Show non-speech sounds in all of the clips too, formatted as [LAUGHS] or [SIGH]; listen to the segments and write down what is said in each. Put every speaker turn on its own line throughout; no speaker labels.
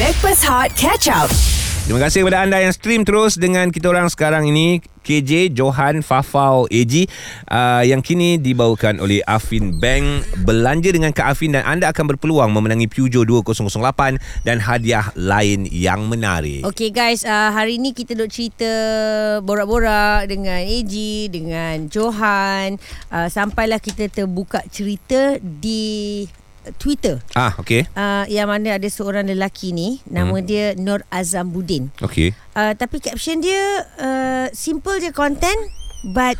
Backpass Hot Catch Up.
Terima kasih kepada anda yang stream terus dengan kita orang sekarang ini KJ Johan Fafau AG uh, yang kini dibawakan oleh Afin Bank belanja dengan Kak Afin dan anda akan berpeluang memenangi Peugeot 2008 dan hadiah lain yang menarik.
Okay guys, uh, hari ni kita duk cerita borak-borak dengan AG, dengan Johan. Uh, sampailah kita terbuka cerita di Twitter.
Ah okey.
Uh, yang mana ada seorang lelaki ni, nama hmm. dia Nur Azamuddin.
Okey.
Uh, tapi caption dia uh, simple je content but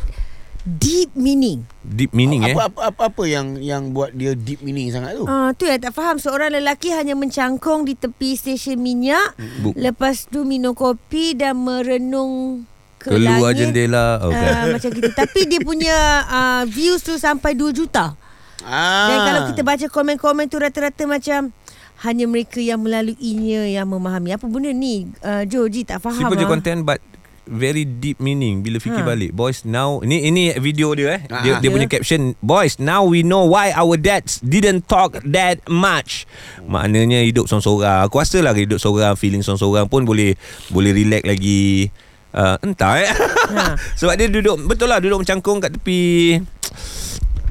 deep meaning.
Deep meaning eh.
apa, apa, apa, apa yang yang buat dia deep meaning sangat tu?
Ah, tu yang tak faham seorang lelaki hanya mencangkung di tepi stesen minyak,
Bu-
lepas tu minum kopi dan merenung ke
Keluar
langit.
jendela. Oh, bukan.
Uh,
Ah,
macam
[LAUGHS]
gitu Tapi dia punya uh, Views tu sampai 2 juta
Ah.
Dan kalau kita baca komen-komen tu Rata-rata macam Hanya mereka yang melaluinya Yang memahami Apa benda ni uh, Joji tak faham
Simple je
ah.
content but very deep meaning bila
Ha.
fikir
Ya.
balik. Boys now ini ini video dia eh. Dia,
Ah.
dia punya caption boys now we know why our dads didn't talk that much. Maknanya hidup seorang-seorang. Aku rasa lah hidup seorang feeling seorang-seorang pun boleh boleh relax lagi. Uh, entah eh. [LAUGHS]
Ha.
Sebab dia duduk betul lah duduk mencangkung kat tepi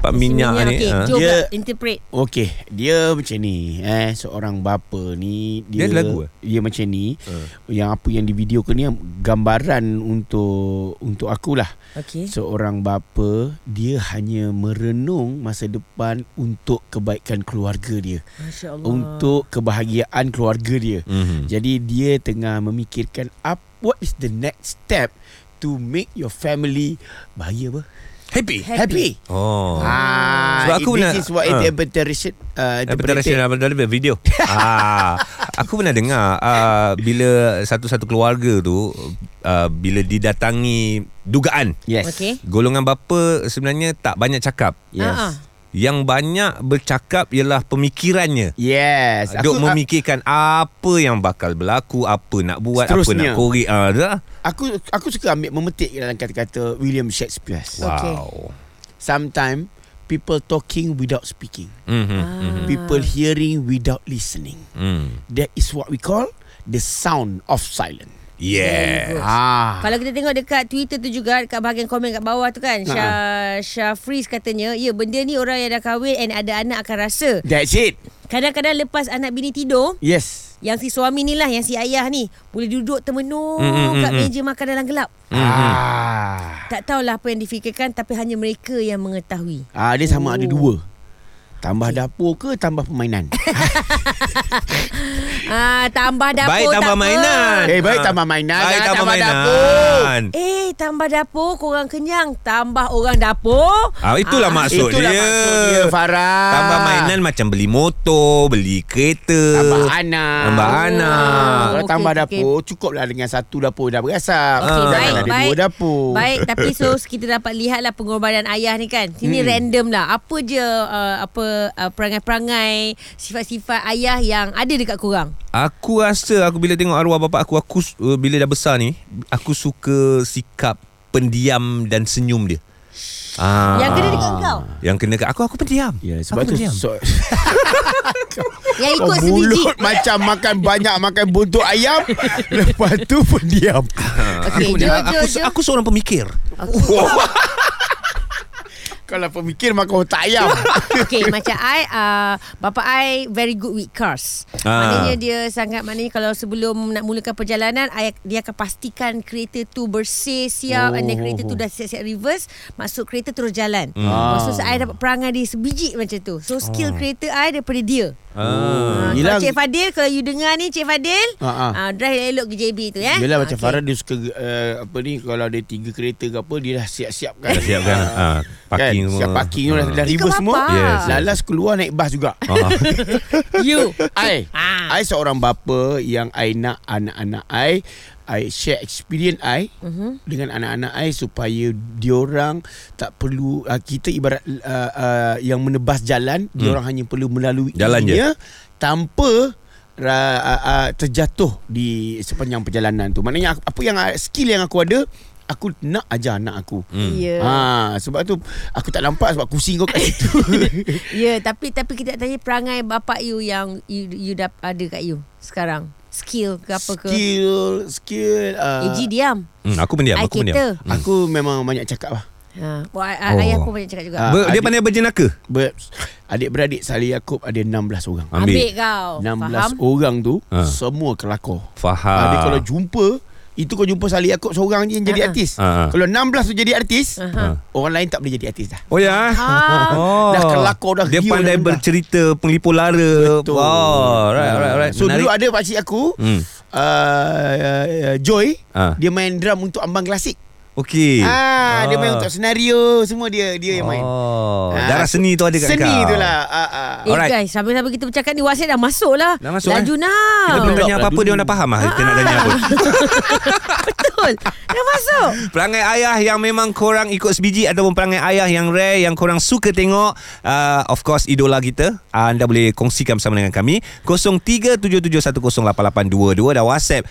pak minyak, ni.
okay,
ha.
Jom
Dia-
lah, interpret
Okey, dia macam ni. Eh, seorang bapa ni
Dia
dia
ada lagu Ah. eh?
dia macam ni. Yang apa yang di video ke ni gambaran untuk untuk akulah.
Okay
Seorang bapa dia hanya merenung masa depan untuk kebaikan keluarga dia,
Masya Allah
untuk kebahagiaan keluarga dia.
Mhm.
Jadi dia tengah memikirkan up what is the next step to make your family bahagia apa? Happy. Happy.
Oh. Sebab
Ah, Sebab
aku
aku this
nak-
is what
ah.
uh, interpretation uh,
Interpretation
interpretation
dalam dalam video. ah, aku pernah dengar ah, bila satu-satu keluarga tu ah, bila didatangi dugaan
Yes.
Okay
golongan bapa sebenarnya tak banyak cakap.
Yes.
Ah, ah.
Yang banyak bercakap ialah pemikirannya.
Yes.
Duk
aku,
memikirkan apa yang bakal berlaku, apa nak buat, apa nak
Seterusnya.
korek. Ah, dah.
aku aku suka ambil memetik dalam kata-kata William Shakespeare.
Okay.
Wow.
Sometimes people talking without speaking.
Mhm.
Ah.
People hearing without listening.
Mm.
That is what we call the sound of silence.
Yeah.
Ah.
Kalau kita tengok dekat Twitter tu juga Dekat bahagian komen kat bawah tu kan
Ha.
Syah, Syah Freeze katanya Ya benda ni orang yang dah kahwin And ada anak akan rasa
That's it.
Kadang-kadang lepas anak bini tidur
Yes.
Yang si suami ni lah Yang si ayah ni Boleh duduk termenung
Mm, mm,
mm, Kat
mm,
meja makan dalam gelap
Mhm.
Ah.
Tak tahulah apa yang difikirkan Tapi hanya mereka yang mengetahui
Ah dia sama ada
Oh.
dua. Tambah dapur ke tambah
[LAUGHS]
permainan?
ah, Tambah dapur
Baik
tak
tambah
apa.
mainan.
eh baik
Ah.
tambah mainan,
Baik
jangan
tambah
tambah
mainan.
Eh tambah dapur Korang kenyang Tambah orang dapur
Ah itulah
Ah,
maksud
Itulah
dia.
maksud dia Farah.
Tambah mainan macam beli motor, beli kereta.
Tambah anak.
Tambah anak.
Ah, Kalau
Okey,
tambah
okey,
dapur cukuplah dengan satu dapur dah berasap.
Okey,
Ah.
Jangan
baik,
ada
baik.
Ah, dua dapur.
Baik tapi so kita dapat lihatlah pengorbanan ayah ni kan. Sini hmm. random lah. Apa je uh, apa uh, perangai-perangai sifat-sifat ayah yang ada dekat korang.
Aku rasa aku bila tengok arwah bapak aku aku su- uh, bila dah besar ni, aku suka sikap pendiam dan senyum dia. Ah.
Yang kena dekat kau.
Yang kena kat aku aku pendiam.
Ya sebab
[LAUGHS]
aku
tu
pendiam.
so,
Yang
kau
ikut sebiji.
Oh, mulut macam makan banyak makan buntut
[LAUGHS]
ayam lepas tu pun diam.
Okey,
aku,
Jo,
pendiam. aku,
Jo,
se-
Jo.
aku seorang pemikir. Ah.
Kalau pemikir makan otak ayam.
Ah, Okay macam I uh, Bapa I very good with cars
Ah.
Maknanya dia sangat Maknanya kalau sebelum Nak mulakan perjalanan I, Dia akan pastikan Kereta tu bersih Siap oh.
Oh. Hmm.
And then kereta tu dah siap-siap reverse Masuk kereta terus jalan ah. So so I dapat perangai dia Sebiji macam tu So skill kereta I Daripada dia Ah,
Ah.
Ah. Hmm. Yelah.
Kalau Cik Fadil Kalau you dengar ni Cik Fadil
Ah, ah.
ah, Drive elok ke JB tu ya
Yelah macam
Okey.
Farah dia suka uh, apa ni kalau ada tiga kereta ke apa dia dah siap-siapkan.
Dah siapkan ah, parking semua.
kan?
Ah.
Siap parking tu dah, dah
Ikut
reverse semua.
bapak.
Yes, yes.
Lalas keluar naik bas juga.
Ah.
[LAUGHS] You
[LAUGHS]
I,
Ah.
Ha.
I seorang bapa yang I nak anak-anak I, I share experience I uh-huh.
Mhm.
dengan anak-anak I supaya diorang tak perlu uh, kita ibarat uh, uh, yang menebas jalan, hmm. diorang hanya perlu melalui
Jalan je.
dia tanpa Uh, uh, uh, terjatuh di sepanjang perjalanan tu. Maknanya aku, apa yang I- skill yang aku ada, aku nak ajar anak aku.
Hmm.
Ya yeah.
Ha sebab tu aku tak nampak sebab kucing kau kat situ.
Ya, yeah, tapi tapi kita nak tanya perangai bapak you yang you, you dah ada kat you sekarang. skill ke [LAUGHS] apa ke.
Skill Skill uh,
AG diam.
Hmm, aku pendiam,
I
aku pendiam.
cater.
Hmm. Aku memang banyak cakap lah
Ha. Oh, I-
Oh.
I- Ayah pun banyak cakap juga.
Ah,
Ber, dia
adik-
pandai berjenaka.
Ber- Adik-beradik Salih Yaakob ada 16 orang
Oh,
Ambil
Ambil.
kau.
16
Faham?
orang tu
Ah.
Semua kelakor
Faham.
Adik kalau jumpa Itu kau jumpa Salih Yaakob seorang je yang
Ah,
jadi
ah.
artis
Ah, ah.
Kalau 16 tu jadi artis
Ha.
Aha.
Orang lain tak boleh jadi artis dah
Oh ya.
Ah.
Oh.
Dah kelakor dah
Dia
riuh
pandai
dah.
bercerita Penglipur lara
Betul.
Wow Right right right
So Menarik. dulu ada pakcik aku
Hmm.
hmm. uh, Joy
Ah.
Dia main drum untuk Ambang Klasik
Okay
ah, Dia main untuk senario Semua dia Dia yang main
Oh
Ah,
Darah seni tu ada kat
Seni
kau
tu lah ah,
Eh
ah.
Alright.
Alright. guys, sambil-sambil kita bercakap ni WhatsApp dah masuk lah.
Dah masuk,
Laju
eh?
now. [LAUGHS]
Kita belum
Blok
tanya
lah
apa-apa Dia
dulu.
orang dah faham lah Kita nak tanya apa
Ah.
Betul. Dah masuk.
Perangai ayah yang memang korang ikut sebiji Ataupun perangai ayah yang rare Yang korang suka tengok uh, Of course idola kita uh, Anda boleh kongsikan bersama dengan kami 0377108822 Dan WhatsApp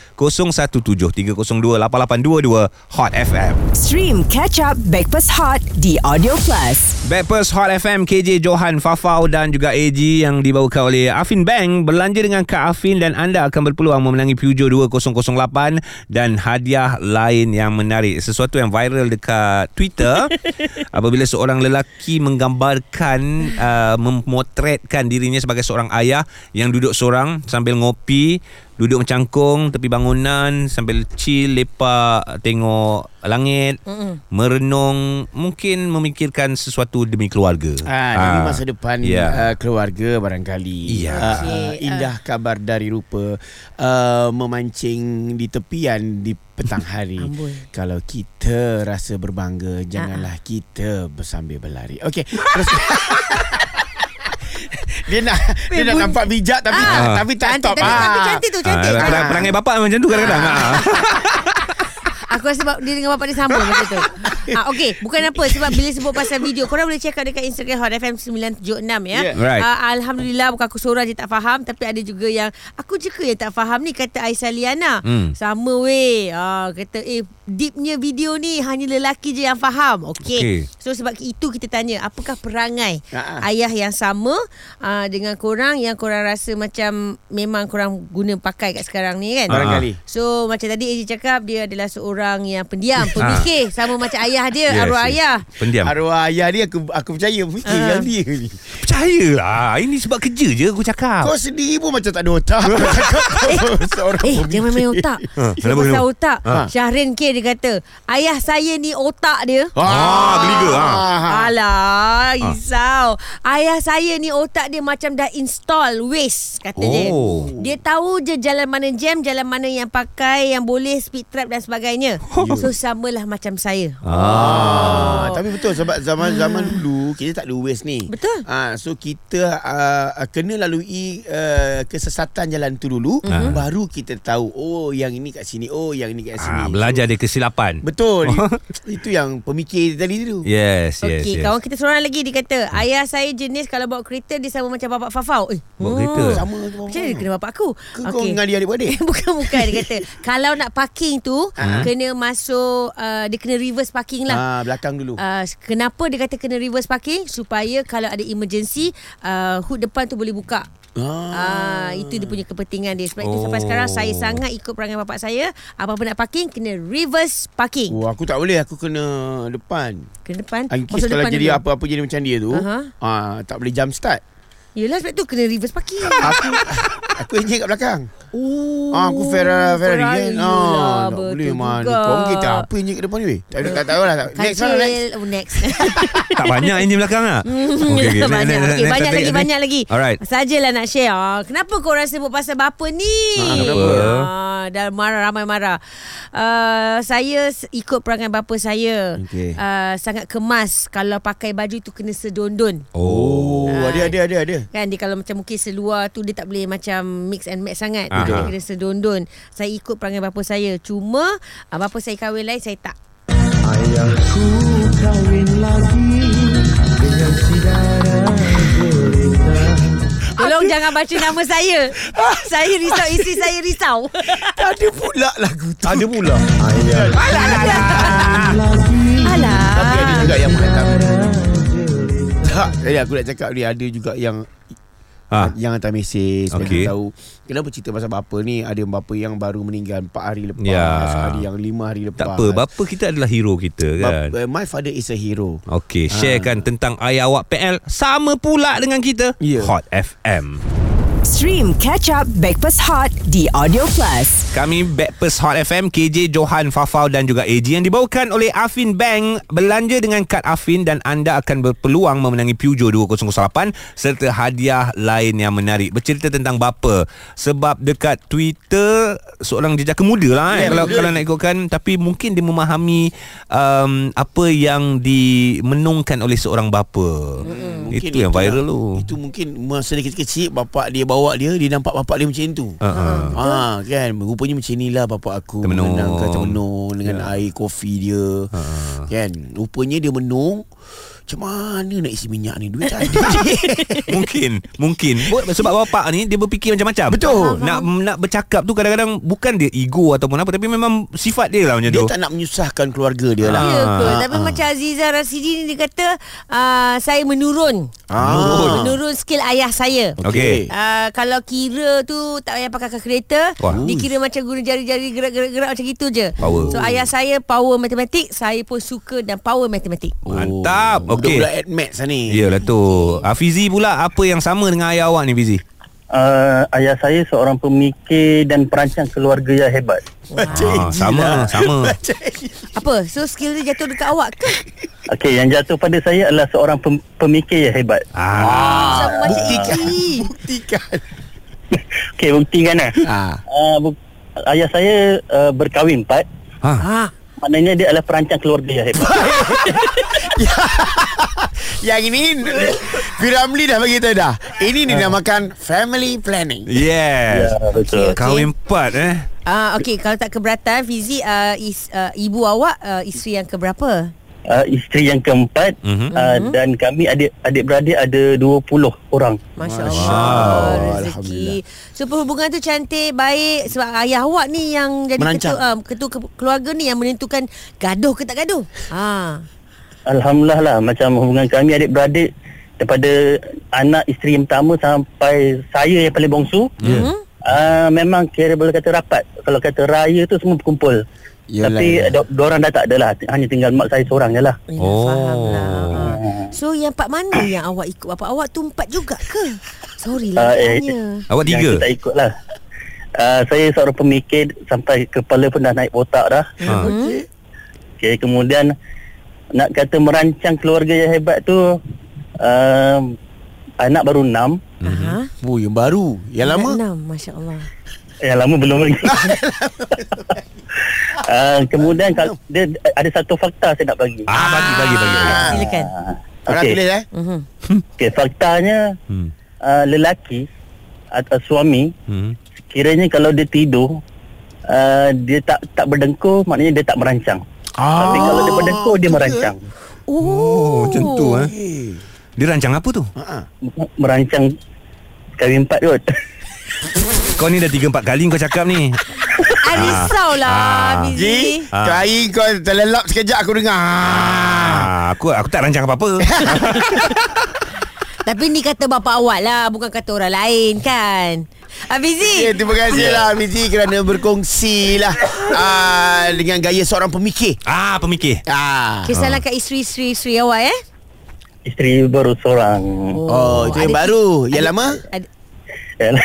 0173028822 Hot FM
Stream Catch Up Backpass Hot di Audio Plus.
Backpers Hot FM KJ Johan Fafau dan juga AG yang dibawakan oleh Afin Bank belanja dengan Kak Afin dan anda akan berpeluang memenangi Peugeot 2008 dan hadiah lain yang menarik sesuatu yang viral dekat Twitter apabila seorang lelaki menggambarkan uh, memotretkan dirinya sebagai seorang ayah yang duduk seorang sambil ngopi duduk mencangkung tepi bangunan sambil chill lepak tengok langit
Mm-mm.
merenung mungkin memikirkan sesuatu demi keluarga.
Ah, demi masa depan
Ya.
yeah. uh, keluarga barangkali.
Ya.
Ah,
Okey,
ah, indah kabar dari rupa uh, memancing di tepian di petang hari.
[LAUGHS] Amboi. Ah,
Kalau kita rasa berbangga, janganlah kita bersambil berlari. Okey, terus [LAUGHS] Dia nak dia nak
bunyi.
nampak bijak tapi
Ah.
tapi tak
Cantik,
stop.
tapi- tapi cantik tu, cantik.
Ah, perang-
Ah.
perangai bapak macam tu kadang-kadang.
[LAUGHS]
Ah.
Aku rasa bab- dia dengan bapak dia sama macam
[LAUGHS]
tu. Ah, okay, bukan apa sebab bila sebut pasal video, korang boleh check out dekat Instagram Hot FM 976 ya.
Yeah.
Right.
Ah, Alhamdulillah bukan aku seorang je tak faham tapi ada juga yang aku je ke yang tak faham ni kata Aisyah Liana.
Hmm.
Sama weh. Ah, kata eh deepnya video ni hanya lelaki je yang faham.
Okey.
Okay. So sebab itu kita tanya apakah perangai
Ah, ah.
ayah yang sama uh, dengan korang yang korang rasa macam memang korang guna pakai kat sekarang ni kan?
Barangkali.
So macam tadi Eji cakap dia adalah seorang yang pendiam, pemikir sama macam ayah dia,
Ah. Yes,
yes, arwah
yes.
ayah.
Pendiam.
Arwah ayah dia aku aku percaya fikir
Ah.
yang dia ni.
Percaya lah. Ini sebab kerja je aku cakap.
Kau sendiri pun macam tak ada otak. Kau cakap kau seorang
Eh, dia main-main
pemikir.
otak.
[LAUGHS] Ha,
Dia
kenapa,
pasal
kenapa?
otak.
Ha.
Syahrin K dia kata, ayah saya ni otak dia.
Ah, geliga, ah. Ha.
Alah, risau. Ayah saya ni otak dia macam dah install Waze, kata dia.
Oh.
Dia tahu je jalan mana jam, jalan mana yang pakai, yang boleh speed trap dan sebagainya.
Ha.
So, samalah macam saya.
Ah, tapi betul sebab zaman-zaman dulu kita tak ada waste ni.
Hmm. Betul.
Ah, so kita uh, kena lalui uh, kesesatan jalan tu dulu
Hmm.
Mhm.
baru kita tahu oh yang ini kat sini, oh yang ini kat
Ah,
sini.
belajar dari kesilapan. [LAUGHS]
Betul. Itu yang pemikir tadi tu.
Yes, yes,
Okey,
yes. Hmm.
kawan kita seorang lagi dia kata, ayah saya jenis kalau bawa kereta dia sama macam bapak Fafau. Eh,
Bawa kereta.
Sama
Macam mana dia kena bapak aku?
Ke kau dengan dia adik-beradik?
[LAUGHS] Bukan-bukan Dia kata Kalau nak parking tu
Ah.
Kena masuk uh, Dia kena reverse parking lah
Ah, belakang dulu.
Uh, kenapa dia kata kena reverse parking supaya kalau ada emergency uh, hood depan tu boleh buka Ah. itu dia punya kepentingan dia Sebab oh. itu sampai
Oh.
sekarang Saya sangat ikut perangai bapak saya Apa-apa nak parking Kena reverse parking
Oh, aku tak boleh aku kena depan.
Kena depan
In case kalau jadi
dulu.
apa-apa jadi macam dia tu,
Aha.
ah tak boleh jump start.
Yelah sebab tu kena reverse parking
Aku [LAUGHS] aku enjin kat belakang.
Oh,
Ah, aku Ferrari Ferrari kan.
Yelah
Ah, tak
lah, betul
boleh man.
juga.
Kau kita apa yang kat depan ni weh? Tak ada tak tahu lah. tak- Next lah next.
Kancil Oh
[LAUGHS]
next
tak banyak enjin belakang
[LAUGHS]
ah.
Okay, okay. banyak,
next,
okay,
next,
banyak
next,
lagi,
next.
banyak lagi.
Alright.
Sajalah nak share. Ah, kenapa korang sebut pasal bapa ni?
Ah,
kenapa?
Ah, dah marah, ramai marah. Uh, saya s- ikut perangai bapa saya.
Okey.
Uh, sangat kemas. Kalau pakai baju tu kena sedondon.
Oh.
Oh, ada ada ada ada.
Kan dia kalau macam mungkin seluar tu dia tak boleh macam mix and match sangat.
Ah.
Dia kena- kena sedondon. Saya ikut perangai bapa saya. Cuma uh, bapa saya kahwin lain saya tak.
Ayahku kahwin lagi dengan si darah berita.
Tolong jangan baca nama saya. saya risau isteri saya
[LAUGHS]
risau.
Ada pula lagu tu. Ada pula. Ah, ya,
Ayah
Alah alah alah.
lagi
Alah.
Tapi ada juga yang menghantam.
darah berita.
ya, Tak, tadi aku nak cakap ni ada juga yang
Ah.
ah. yang hantar mesej okay. bagi
Okey.
tahu kenapa cerita pasal bapa ni ada bapa yang baru meninggal 4 hari lepas
Ya.
ada yang 5 hari lepas
Tak apa, bapa kita adalah hero kita kan.
Bap- uh, my father is a hero
Okey, sharekan tentang ayah awak PL sama pula dengan kita.
Ya.
Hot FM.
Stream Catch Up Backpass Hot di Audio Plus.
Kami Backpast Hot FM KJ Johan Fafau dan juga AG yang dibawakan oleh Afin Bank belanja dengan kad Afin dan anda akan berpeluang memenangi Peugeot 2008 serta hadiah lain yang menarik bercerita tentang bapa sebab dekat Twitter seorang jejaka muda lah eh,
Ya,
kalau
muda.
kalau nak ikutkan tapi mungkin dia memahami um, apa yang dimenungkan oleh seorang bapa hmm, itu yang viral tu
Itu mungkin masa dia kecil-kecil bapak dia bawa dia dia nampak bapak dia macam tu.
Ha, ha.
Ah kan rupanya macam inilah bapak aku
Termenung. Ya. Ha,
menenangkan termenung dengan air kopi dia. Kan rupanya dia menung macam mana nak isi minyak ni duit
[LAUGHS]
tak ada.
Mungkin Mungkin Bo- Sebab bapak ni Dia berfikir macam-macam
Betul.
Nak nak bercakap tu Kadang-kadang Bukan dia ego Ataupun apa Tapi memang Sifat dia lah macam
dia
tu
tak nak menyusahkan keluarga dia lah.
Ya ke?
Ah,
Tapi macam Aziza Rasidi ni dia kata ah, saya menurun.
Ah.
Menurun skill ayah saya.
Okey.
Ah, kalau kira tu tak payah pakai kalkulator,
Wah.
dikira macam guna jari-jari gerak-gerak macam gitu je.
Power.
So ayah saya power matematik, saya pun suka dan power matematik.
Mantap. Okey. Ya,
Budak-budak at maths lah ni.
Yelah tu Hafizi pula Apa yang sama dengan ayah awak ni
[LAUGHS]
Fizi
Uh, ayah saya seorang pemikir dan perancang keluarga yang hebat.
ah,
lah.
Sama Sama
Apa? So skill dia jatuh dekat awak ke?
Okey, yang jatuh pada saya adalah seorang pem- pemikir yang hebat.
ah.
Sama macam
[LAUGHS] buktikan.
Iji.
Buktikan.
Okey, buktikan lah.
Ah.
Uh, bu- ayah saya uh, berkahwin empat.
Ha.
Maknanya dia adalah perancang keluarga yang hebat.
Yang ini [LAUGHS] Firamli dah bagi tahu dah. Ini dinamakan family planning.
Yes
ya, betul.
Okey.
Kahwin empat eh
Ah okey kalau tak keberatan Fizi uh, is, uh, ibu awak uh, isteri yang keberapa?
Uh, isteri yang keempat
Mhm.
uh, dan kami adik adik beradik ada 20 orang.
Masya
Masya
Allah
Allah.
Rezeki So perhubungan tu cantik Baik Sebab ayah awak ni Yang jadi
Merancang.
ketua, uh, ketua ke- keluarga ni Yang menentukan Gaduh ke tak gaduh ha.
Alhamdulillah lah macam hubungan kami adik beradik daripada anak isteri yang pertama sampai saya yang paling bongsu.
Hmm.
Mhm.
Uh, memang kira boleh kata rapat. Kalau kata raya tu semua berkumpul.
Yalah,
Yalah, Tapi
yalah.
do- dorang dah tak ada lah. Hanya tinggal mak saya seorang je lah.
Yelah,
Oh.
Faham lah ha. So yang part mana Yang awak ikut Bapak awak tu empat juga ke? Sorry lah
Ah, eh,
tanya
Awak
Yang
tiga
aku tak ikut lah. Uh, saya seorang pemikir sampai kepala pun dah naik botak dah.
ha.
Okay, kemudian nak kata merancang keluarga yang hebat tu uh, anak baru enam.
Mhm.
Aha.
Oh, yang baru. Yang lama?
Enam Masya Allah
Yang Eh, lama belum
[LAUGHS]
lagi. uh, kemudian kalau dia ada satu fakta saya nak bagi.
Ah, bagi, bagi, bagi, bagi.
Ah.
Silakan
Orang
Okey.
tulis eh.
Mhm.
Okey, faktanya
Hmm.
uh, lelaki atau suami
Hmm.
kiranya kalau dia tidur uh, dia tak tak berdengkur maknanya dia tak merancang.
Ah.
Tapi kalau dia berdengkur dia merancang.
Oh, macam tu eh.
Eh.
Dia rancang apa tu?
Ha.
M- Merancang kali empat kot. [LAUGHS]
Kau ni dah 3 4 kali kau cakap
[LAUGHS]
ni.
I risau lah
Ah.
Fizi
Ji, terakhir kau terlelap sekejap aku dengar.
Ah, aku aku tak rancang
[LAUGHS]
apa-apa.
Tapi ni kata bapak awak lah Bukan kata orang lain kan Ah, Fizi
Ya, terima kasih lah Mizi kerana berkongsi
[LAUGHS]
lah ah, dengan gaya seorang pemikir.
Ah, pemikir.
Ah.
Kisahlah kat isteri-isteri isteri awak eh.
Isteri baru seorang.
Oh, itu yang
ada-
baru. Yang lama?
Ada,
Yalah.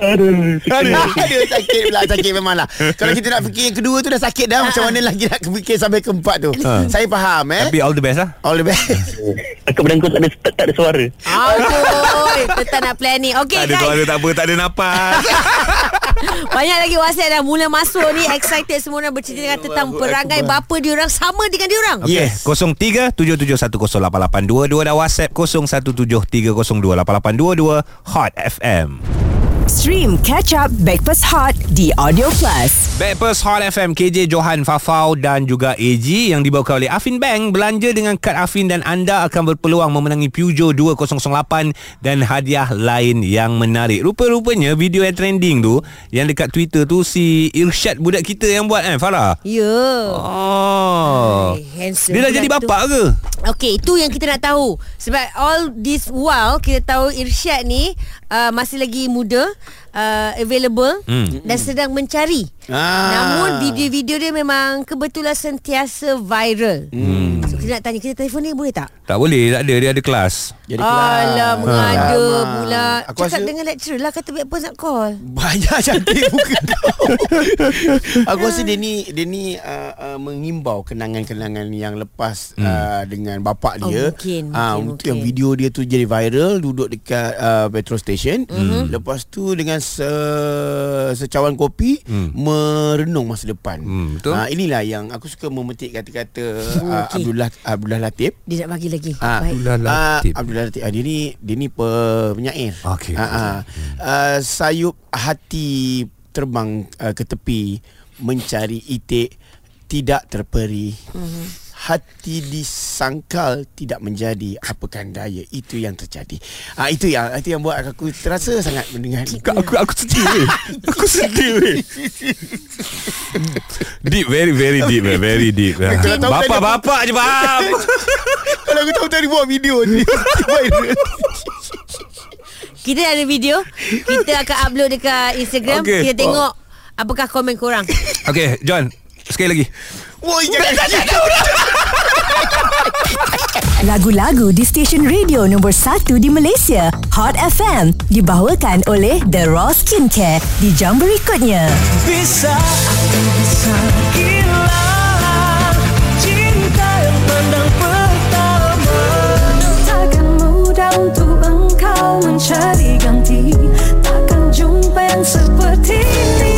Aduh,
Aduh, [LAUGHS] aduh, sakit pula Sakit memang lah Kalau kita nak fikir yang kedua tu Dah sakit
Ah.
dah Macam mana lagi nak fikir Sampai keempat tu Saya faham eh
Tapi all the best lah.
All the best
aku berdengkur tak ada tak, tak ada suara.
Aduh, [LAUGHS] tetap nak plan ni. Okey
Tak ada
guys,
suara, tak apa, tak ada nafas.
banyak lagi WhatsApp dah mula masuk ni. Excited semua orang bercerita dengan tentang perangai bapa diorang sama dengan diorang.
Yes. 0377108822 dan WhatsApp 0173028822 Hot FM.
Stream Catch Up Backpass Hot di Audio Plus.
Backpers Hot FM KJ Johan Fafau dan juga AG yang dibawakan oleh Afin Bank belanja dengan kad Afin dan anda akan berpeluang memenangi Peugeot 2008 dan hadiah lain yang menarik. Rupa-rupanya video yang trending tu yang dekat Twitter tu si Irsyad budak kita yang buat kan Farah.
Ya.
Oh.
Hai, Eh, handsome
Dia dah
budak
jadi
tu.
bapak ke?
Okey, itu yang kita nak tahu. Sebab all this while kita tahu Irsyad ni uh, masih lagi muda, uh, available
Hmm.
hmm. dan sedang mencari.
Ah.
Namun video-video dia memang kebetulan sentiasa viral. Hmm. So kita nak tanya kita telefon dia boleh tak?
Tak boleh, tak ada. Dia ada kelas.
Jadi Ha.
Alah, mengada
Alamak.
pula.
Aku
Cakap
rasa-
dengan lecturer lah kata Backpast nak call.
Banyak
[LAUGHS]
cantik muka kau Aku rasa dia ni Dia ni uh, uh, Mengimbau kenangan-kenangan Yang lepas hmm. uh, Dengan bapak
Oh,
dia
mungkin,
Ah,
mungkin,
untuk Yang
mungkin.
video dia tu jadi viral Duduk dekat uh, petrol station
Mhm. Mm-hmm.
hmm. Lepas tu dengan se, Secawan kopi hmm. Merenung masa depan
Hmm, betul.
Ah, Inilah yang Aku suka memetik kata-kata uh,
okey.
Abdullah Abdullah Latif
Dia nak bagi lagi.
Ah,
Baik.
Abdullah Latif.
Ah, Abdullah Latif. Ah, dia ni dia ni pe, penyair.
Okey.
Ah, ah. Ah, sayup hati terbang ah, ke tepi mencari itik tidak terperi. Hati disangkal tidak menjadi apakan daya itu yang terjadi. Ah itu yang itu yang buat aku terasa sangat mendengar.
[LAUGHS] Aku aku sedih weh. Aku sedih weh. Deep very very deep weh. very deep.
Kalau tahu tadi-
Bapak-bapak je faham.
Kalau aku tahu tadi buat video ni. [LAUGHS] viral.
Kita ada video. Kita akan upload dekat Instagram.
Okey.
Okay.
Oh.
Kita tengok apakah komen korang.
Okay John Sekali lagi
Woi jangan.
Lagu-lagu di stesen radio nombor 1 di Malaysia, Hot FM, dibawakan oleh The Raw Skincare di jam berikutnya.
Bisa aku bisa hilang Cinta yang pandang pertama Takkan mudah untuk engkau mencari ganti Takkan jumpa yang seperti ini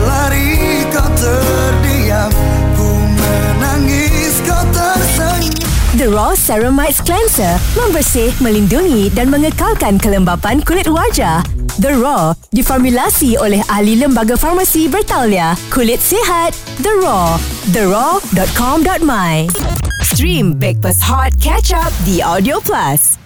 Lari kau terdiam Ku menangis kau tersenyum
The Raw Ceramides Cleanser membersih, melindungi dan mengekalkan kelembapan kulit wajah. The Raw diformulasi oleh ahli lembaga farmasi Bertaulia. Kulit sihat, The Raw. TheRaw.com.my Stream Breakfast Hot Catch Up di Audio Plus.